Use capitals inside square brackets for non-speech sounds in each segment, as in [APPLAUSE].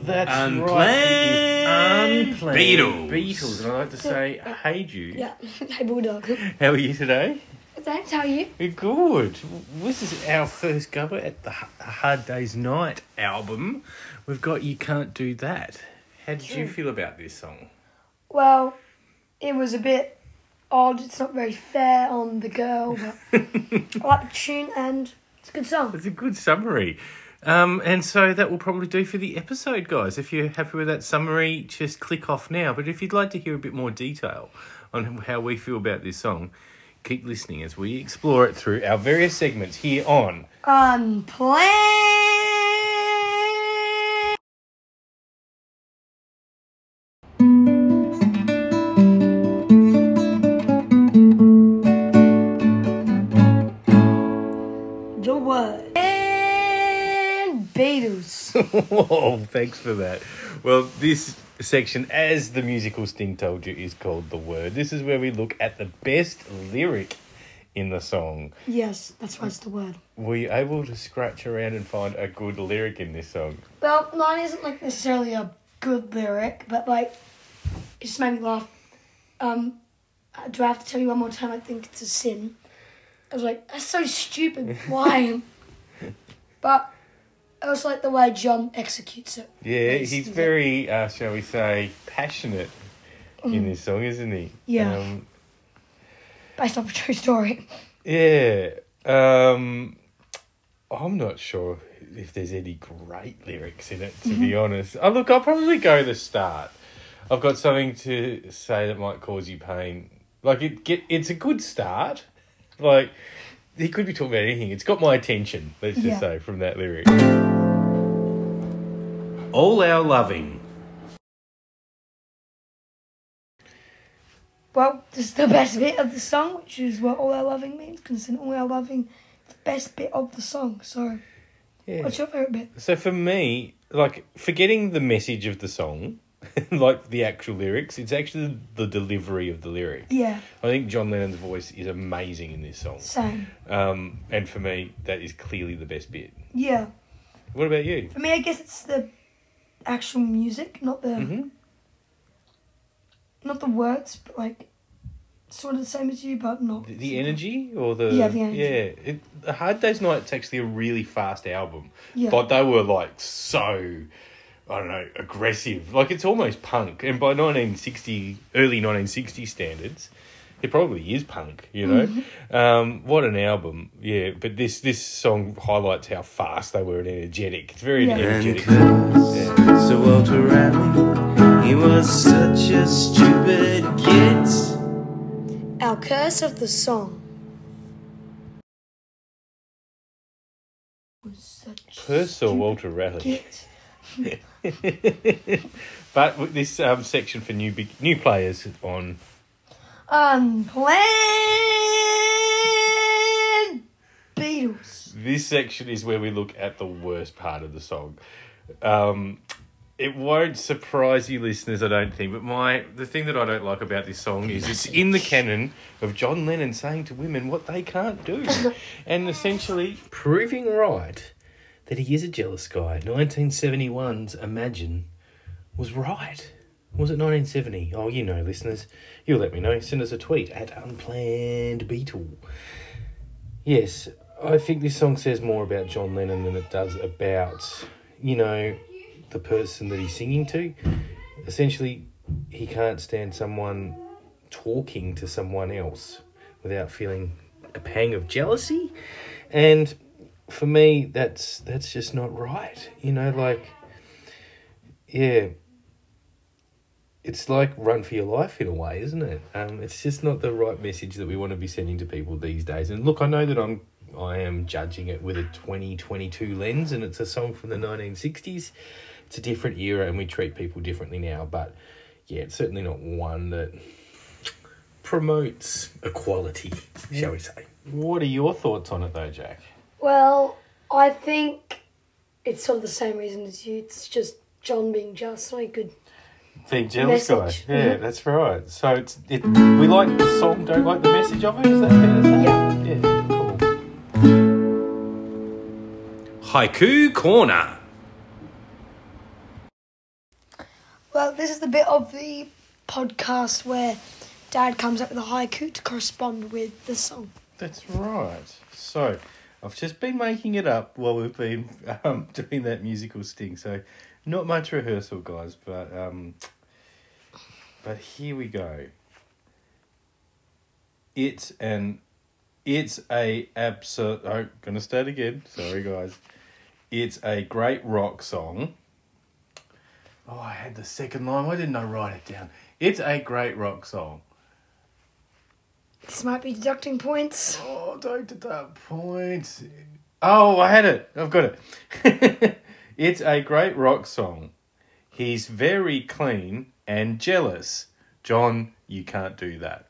Unplayed. Unplayed Beatles. Beatles, and I like to say, I hate you. Yeah. [LAUGHS] hey, Bulldog. How are you today? Thanks, how are you? Good. This is our first cover at the H- Hard Day's Night album. We've got You Can't Do That. How did you feel about this song? Well, it was a bit odd. It's not very fair on the girl, but I like the tune and it's a good song. It's a good summary. Um, and so that will probably do for the episode, guys. If you're happy with that summary, just click off now. But if you'd like to hear a bit more detail on how we feel about this song, keep listening as we explore it through our various segments here on [LAUGHS] Unplayed. The word. And Beatles. [LAUGHS] oh, thanks for that. Well, this section, as the musical Sting told you, is called The Word. This is where we look at the best lyric in the song. Yes, that's why it's the word. Were you able to scratch around and find a good lyric in this song? Well, mine isn't like necessarily a good lyric, but like it just made me laugh. Um, uh, do I have to tell you one more time? I think it's a sin. I was like, that's so stupid. [LAUGHS] Why? but it was like the way John executes it. Yeah, Yes, he's yeah. very, uh, shall we say, passionate in this song, isn't he? Mm. Yeah. Um, Based off a true story. yeah. Um, I'm not sure if there's any great lyrics in it, to Mm-hmm. be honest. Oh, look, I'll probably go the start. I've got something to say that might cause you pain. Like it, get it's a good start. Like he could be talking about anything. It's got my attention. Let's just Yeah. say from that lyric. All our loving. Well, this is the best bit of the song, which is what all our loving means. Consider all our loving the best bit of the song. So, Yeah. what's your favorite bit? So for me, like forgetting the message of the song, [LAUGHS] like the actual lyrics, it's actually the delivery of the lyric. Yeah, I think John Lennon's voice is amazing in this song. same. Um, and for me, that is clearly the best bit. Yeah. What about you? For me, I guess it's the actual music, not the Mhm. not the words, but like sort of the same as you, but not The- The energy or the Yeah, the energy. yeah. It, the Hard Day's Night's actually a really fast album, Yeah. but they were like so. I don't know, aggressive. Like it's almost punk, and by nineteen sixty, early nineteen sixty standards, it probably is punk. You know, Mm-hmm. um, what an album, yeah. But this this song highlights how fast they were and energetic. It's very Yeah. And energetic. cause Yeah. Sir Walter Raleigh, he was such a stupid git. Our curse of the song. Was such Purcell Walter Raleigh. shit. but with this um, section for new big, new players on Unplanned Beatles. this section is where we look at the worst part of the song. Um, it won't surprise you, listeners, I don't think. But my the thing that I don't like about this song is it's in the canon of John Lennon saying to women what they can't [LAUGHS] do, and essentially proving right that he is a jealous guy. 1971's Imagine was right. Was it 1970? Oh, you know, listeners. You'll let me know. Send us a tweet at Unplanned Beetle. Yes, I think this song says more about John Lennon than it does about, you know, the person that he's singing to. Essentially, he can't stand someone talking to someone else without feeling a pang of jealousy. And for me, that's that's just not right. You know, like yeah. It's like run for your life in a way, isn't it? Um, it's just not the right message that we want to be sending to people these days. And look, I know that I'm I am judging it with a 2022 lens and it's a song from the 1960s. It's a different era and we treat people differently now, but yeah, it's certainly not one that promotes equality, shall we say. What are your thoughts on it though, Jack? Well, I think it's sort of the same reason as you. It's just John being just so good. The jealous Message. guy. Yeah, that's right. So it's it, we like the song, don't like the message of it. Is that fair to say? Yeah. Yeah. Cool. Haiku corner. this is the bit of the podcast where Dad comes up with a haiku to correspond with the song. That's right. So, I've just been making it up while we've been um, [LAUGHS] doing that musical sting. So, not much rehearsal, guys, but um, but here we go. It's an, it's a absolute. Oh, gonna start again. Sorry, guys. It's a great rock song. Oh, I had the second line. Why didn't I write it down? It's a great rock song. This might be deducting points. Oh, don't at that point. Oh, I had it. I've got it. [LAUGHS] it's a great rock song. He's very clean and jealous. John, you can't do that.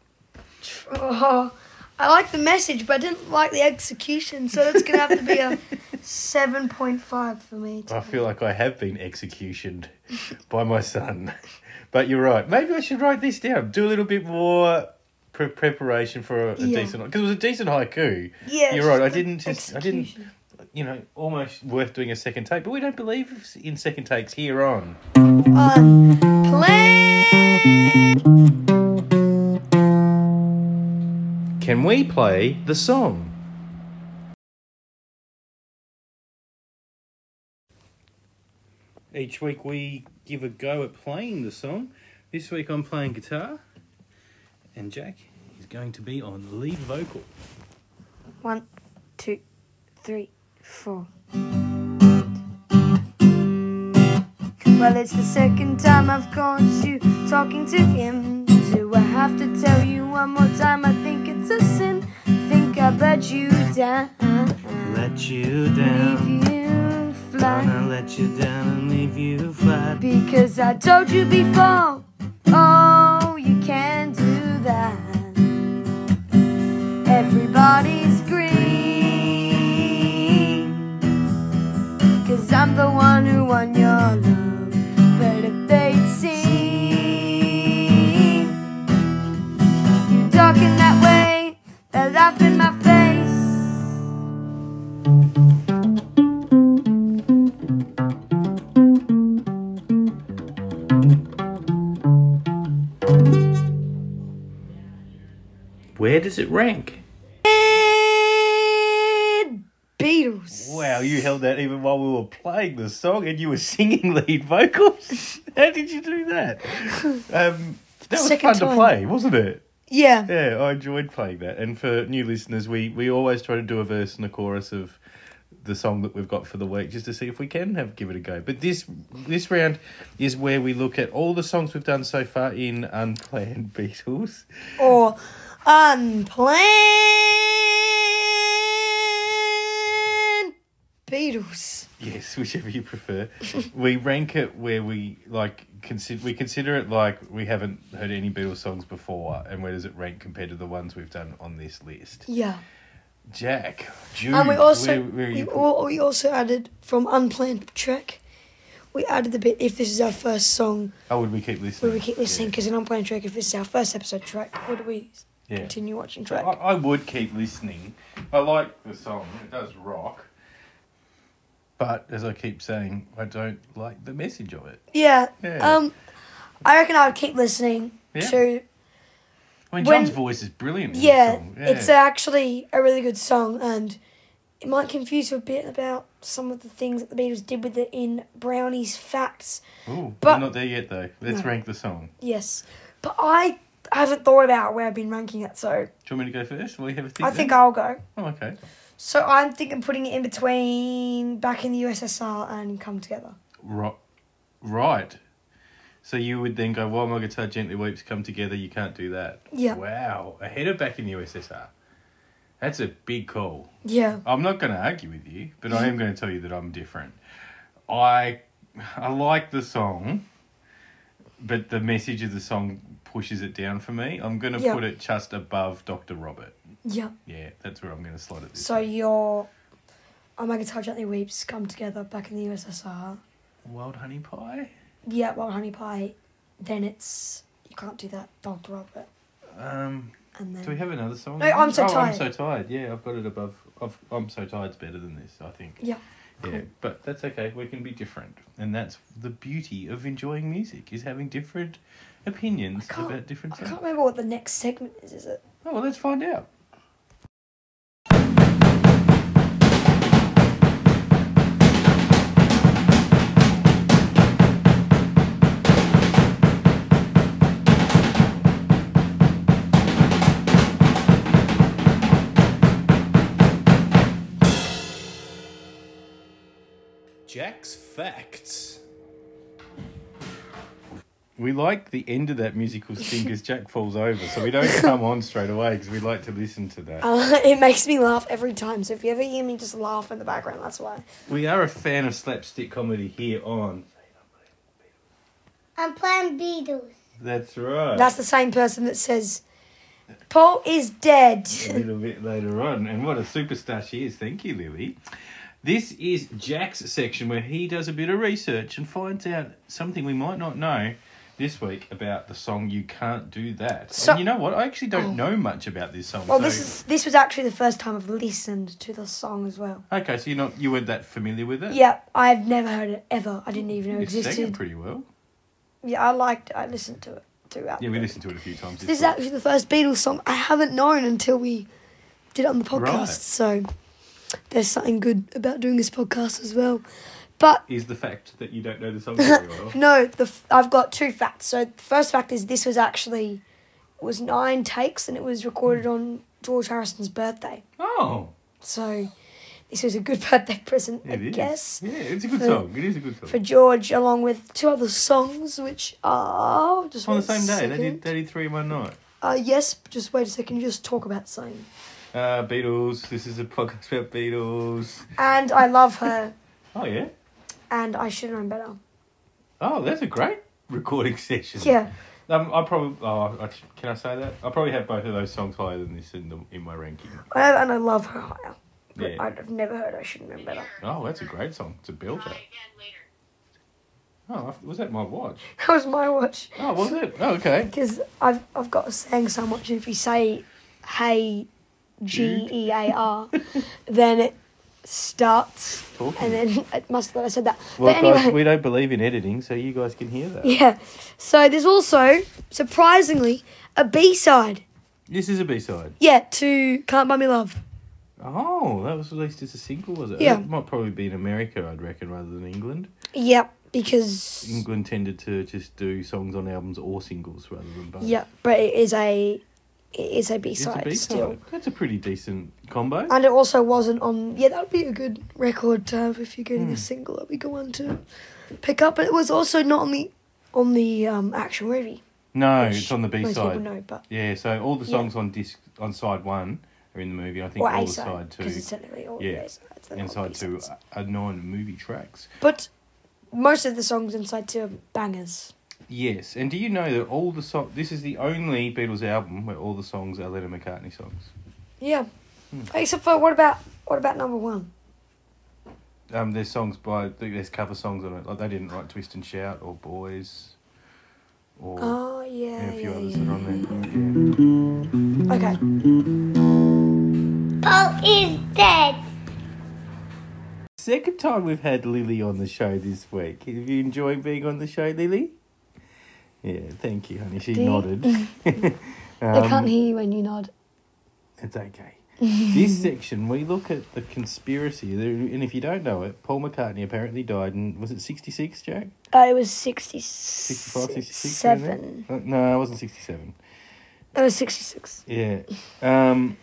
Oh, I like the message, but I didn't like the execution, so that's gonna have to be a seven point five for me. [LAUGHS] I feel like I have been executioned [LAUGHS] by my son. [LAUGHS] But you're right. Maybe I should write this down. Do a little bit more pre- preparation for a, a Yeah. decent because it was a decent haiku. Yeah, you're right. I it's the didn't just. I didn't. execution. You know, almost worth doing a second take, but we don't believe in second takes here on. Uh, play. Can we play the song? Each week we give a go at playing the song. This week I'm playing guitar, and Jack is going to be on lead vocal. One, two, three, four. Well, it's the second time I've caught you talking to him. Do I have to tell you one more time? I think it's a sin. Think I let you down. Let you Leave down. you fly. Gonna let you down and leave you flat. Because I told you before, oh, you can't do that. Everybody's green. Cause I'm the one who won your love. But if they'd seen you talking that way, they'd laugh in my face. Where does it rank? Beatles. Wow, you held that even while we were playing the song and you were singing [LAUGHS] lead vocals. How did you do that? [LAUGHS] Um, that was Second fun to time. play, wasn't it? Yeah. Yeah, I enjoyed playing that. And for new listeners, we, we always try to do a verse and a chorus of the song that we've got for the week just to see if we can have give it a go. But this this round is where we look at all the songs we've done so far in unplanned [LAUGHS] Beatles. or unplanned Beatles. Yes, whichever you prefer. we rank it where we like consider we consider it like we haven't heard any Beatles songs before and where does it rank compared to the ones we've done on this list. Yeah, Jack, Jude, and we also where, where are we, you al- we also added from unplanned track. We added the bit if this is our first song, Oh, would we keep listening? would we keep listening? Because an unplanned track, if this is our first episode track, would we Yeah. continue watching I, track? I would keep listening. I like the song. It does rock. But as I keep saying, I don't like the message of it. yeah. Yeah. Um, I reckon I would keep listening Yeah. to I mean, When- John's voice is brilliant. In yeah, the song. it's actually a really good song, and it might confuse you a bit about some of the things that the Beatles did with it in Brownie's Facts. Ooh, but- we're not there yet though. Let's No. rank the song. Yes, but I haven't thought about where I've been ranking it, so Do you want me to go first? Will you have a think? I think I'll go. Oh, okay. So I'm thinking putting it in between Back in the USSR and Come Together. Ro- right. So you would then go, while my guitar gently weeps, come together, you can't do that. Yeah. Wow. Ahead of back in the USSR. That's a big call. Yeah, I'm not going to argue with you, but I [LAUGHS] am going to tell you that I'm different. I I like the song, but the message of the song pushes it down for me. I'm going to Yeah. put it just above Dr. Robert. yeah. Yeah, that's where I'm going to slot it. This So time. your Oh My Guitar Gently Weeps, Come Together, Back in the USSR. Wild Honey Pie? Yeah, Well Honey Pie. Then it's You Can't Do That, Dr. Robert. Um, And then do we have another song? No, I'm So Oh, I'm Tired. so tired. Yeah, I've got it above. I've, I'm so tired's better than this, I think. Yeah. Yeah, but that's okay. We can be different, and that's the beauty of enjoying music is having different opinions can't- about different I can't things. remember what the next segment is, is it? Oh well, let's find out. Jack's Facts. We like the end of that musical sting because Jack falls over, so we don't come on straight away because we like to listen to that. Uh, [LAUGHS] it makes me laugh every time. So if you ever hear me just laugh in the background, that's why. We are a fan of slapstick comedy here on. I'm playing Beatles. That's right. That's the same person that says, Paul [LAUGHS] is dead. a little bit later on. And what a superstar she is. Thank you, Lily. This is Jack's section where he does a bit of research and finds out something we might not know this week about the song You Can't Do That. So- Oh. and you know what? I actually don't know much about this song. Well, so- this is this was actually the first time I've listened to the song as well. Okay, so you're not, you weren't that familiar with it? Yeah, I've never heard it ever. I didn't even know it It's sang existed. pretty well. Yeah, I liked it. I listened to it throughout. Yeah, we the- listened to it a few times. This is week. actually the first Beatles song I haven't known until we did it on the podcast. Right. So there's something good about doing this podcast as well. But Is the fact that you don't know the [LAUGHS] song very well. No, the f- I've got two facts. So the first fact is this was actually was nine takes and it was Hmm. recorded on George Harrison's birthday. Oh, So this was a good [LAUGHS] birthday present, I it is. guess, Yeah, it's a good For- song. It is a good song. for George, along with two other songs, which are just on the wait a same day, they second. did, they did three in one night. Uh, yes, just wait a second. You just talk about something. Uh, Beatles. This is a podcast about Beatles. And I love her, Oh yeah. and I should have known better. Oh, that's a great recording session. Yeah, Um, I probably. Oh, I, sh- can I say that? I probably have both of those songs higher than this in the in my ranking. I, and I love her higher. But Yeah. I've never heard I should have known better. [LAUGHS] Oh, that's a great song. It's a builder. Oh, I- was that my watch? That was my watch. Oh, was it? Oh, okay. Because I've I've got a saying so much. If you say, "Hey, G E A R," [LAUGHS] then it starts, Talking. and then [LAUGHS] it must that I said that. well, but anyway, guys, we don't believe in editing, so you guys can hear that. [LAUGHS] yeah. So there's also surprisingly a B side. This is a B side. Yeah, to "Can't Buy Me Love." Oh, that was released as a single, was it? Yeah. It might probably be in America, I'd reckon, rather than England. Yep, because England tended to just do songs on albums or singles rather than both. yeah, but it is a it is a B It's a side B-side. still. Uh, That's a pretty decent combo. And it also wasn't on. Yeah, that would be a good record to have if you're getting Hmm. a single. That'd be a good one to pick up. But it was also not on the on the um, actual movie. no, which it's on the B Most people side. know, but Yeah, so all the Yeah. songs on disc on side one are in the movie. I think or all A the side side because it's two technically all yeah, A sides. and side two are non-movie tracks. But most of the songs in side two are bangers. Yes, and do you know that all the song? This is the only Beatles album where all the songs are Lennon McCartney songs. Yeah, Hmm. except for what about what about number one? Um, there's songs by there's cover songs on it. Like they didn't write "Twist and Shout" or "Boys," or Oh yeah, yeah, a few yeah, others yeah. that are on there. Okay, Paul is dead. Second time we've had Lily on the show this week. Have you enjoyed being on the show, Lily? Yeah, thank you, honey. She Do you- [LAUGHS] nodded. Um, I can't hear you when you nod. It's okay. this section, we look at the conspiracy, There- and if you don't know it, Paul McCartney apparently died in was it sixty six, Jack? Uh, it was sixty 65, 66? seven. Uh, No, it wasn't sixty seven. It was sixty six. Yeah. Um,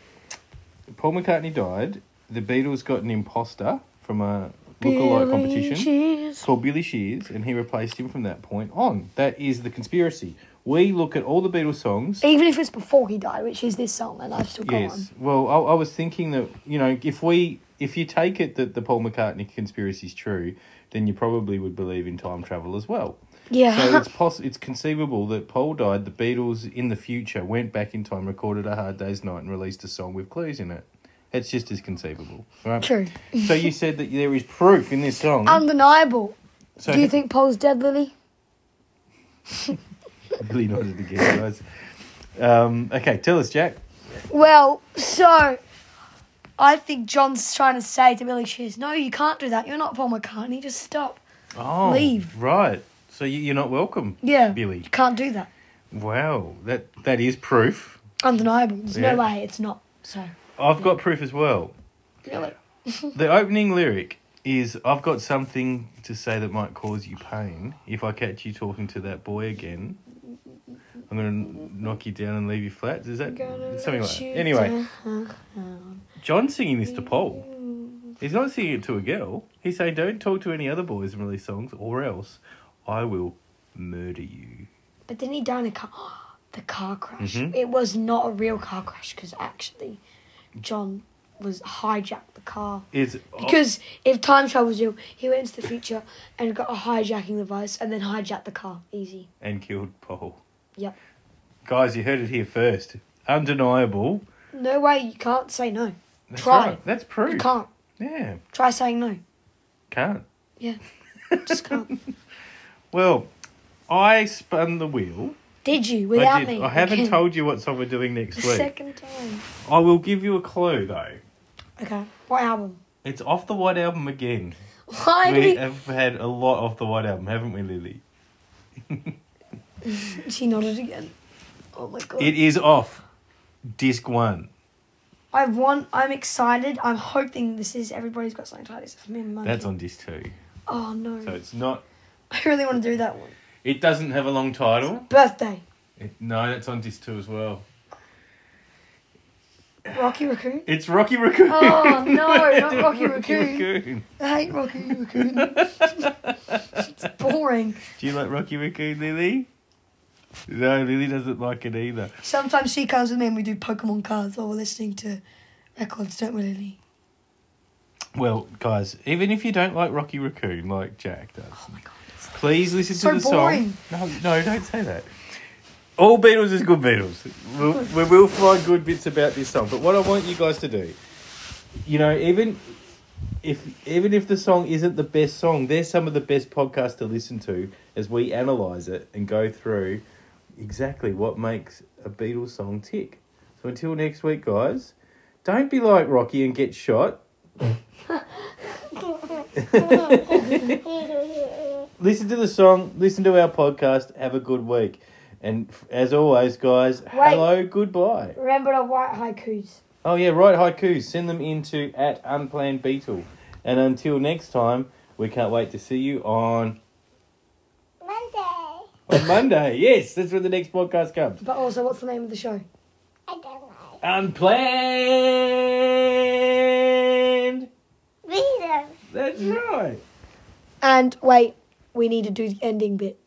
Paul McCartney died. The Beatles got an imposter from a look-alike competition called Billy Shears, and he replaced him from that point on. That is the conspiracy. We look at all the Beatles songs. Even if it's before he died, which is this song, and I've still got one. Yes. Well, I, I was thinking that you know if we if you take it that the Paul McCartney conspiracy is true, then you probably would believe in time travel as [LAUGHS] well. So Yeah. it's poss- it's conceivable that Paul died. The Beatles in the future went back in time, recorded a Hard Day's Night, and released a song with clues in it. It's just as conceivable, right? [LAUGHS] True. So you said that there is proof in this song. Undeniable. so Do you think Paul's dead, Lily? Billy nodded again, guys. Um, okay, tell us, Jack. Well, so I think John's trying to say to Billy Shears, no, you can't do that. You're not Paul McCartney. Just stop. Oh, Leave. Right. So you- you're not welcome. Yeah. Billy. You can't do that. Wow. That that is proof. Undeniable. There's Yeah. no way it's not. So, I've got proof as well. really. [LAUGHS] The opening lyric is I've got something to say that might cause you pain. If I catch you talking to that boy again, I'm going to knock you down and leave you flat. Is that something like that? Anyway, John's singing this to Paul. Mm. He's not singing it to a girl. He's saying, Don't talk to any other boys and release songs, or else I will murder you. But then he died in a car. [GASPS] the car crash. Mhm. It was not a real car crash because actually, John was hijacked the car. Is Because if time travel was real, he went into the future and got a hijacking device and then hijacked the car. Easy. and killed Paul. Yep. Guys, you heard it here first. Undeniable. No way. You can't say no. That's Try. right. That's proof. You can't. Yeah, Try saying no. can't. Yeah. Just can't. [LAUGHS] Well, I spun the wheel. Did you without I did. me? I haven't Again. told you what song we're doing [LAUGHS] next The week. second time. I will give you a clue though. Okay. What album? It's off the White Album again. Why we did have had a lot off the White Album, haven't we, Lily? we... [LAUGHS] she nodded again? Oh my god. It is off disc one. I want. I'm excited. I'm hoping this is everybody's got something to hide except for me and Monkey. That's on disc two. Oh no! So it's not. [LAUGHS] I really want to do that one. It doesn't have a long title. Birthday. It- no, that's on disc two as well. Rocky [LAUGHS] Raccoon. It's Rocky Raccoon. [LAUGHS] Oh, no, not Rocky Raccoon. Raccoon. I hate Rocky Raccoon. it's boring. Do you like Rocky Raccoon, Lily? No, Lily doesn't like it either. Sometimes she comes with me and we do Pokemon cards while we're listening to records, don't we, Lily? Well, guys, even if you don't like Rocky Raccoon like Jack does, Oh my god. please listen So to the boring. song. No, no, don't say that. All Beatles is good Beatles. We'll, we will find good bits about this song. But what I want you guys to do, you know, even if even if the song isn't the best song, they're some of the best podcasts to listen to as we analyze it and go through exactly what makes a Beatles song tick. So until next week, guys, don't be like Rocky and get shot. listen to the song, listen to our podcast, have a good week. And f- as always, guys, hello, goodbye. Remember to write haikus. Oh, yeah, write haikus. Send them into at Unplanned Beetle. And until next time, we can't wait to see you on, Monday. on Monday. Yes, that's when the next podcast comes. But also, what's the name of the show? I don't know. Unplanned. Reasons. That's right. And wait, we need to do the ending bit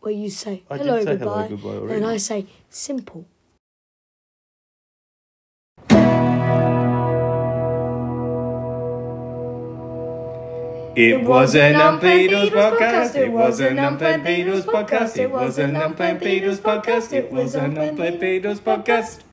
where you say I hello, did say goodbye, hello, goodbye already. and I say simple. It was an Unplanned Beatles podcast. It was an Unplanned Beatles podcast. It was an Unplanned Beatles podcast. It was an Unplanned Beatles podcast.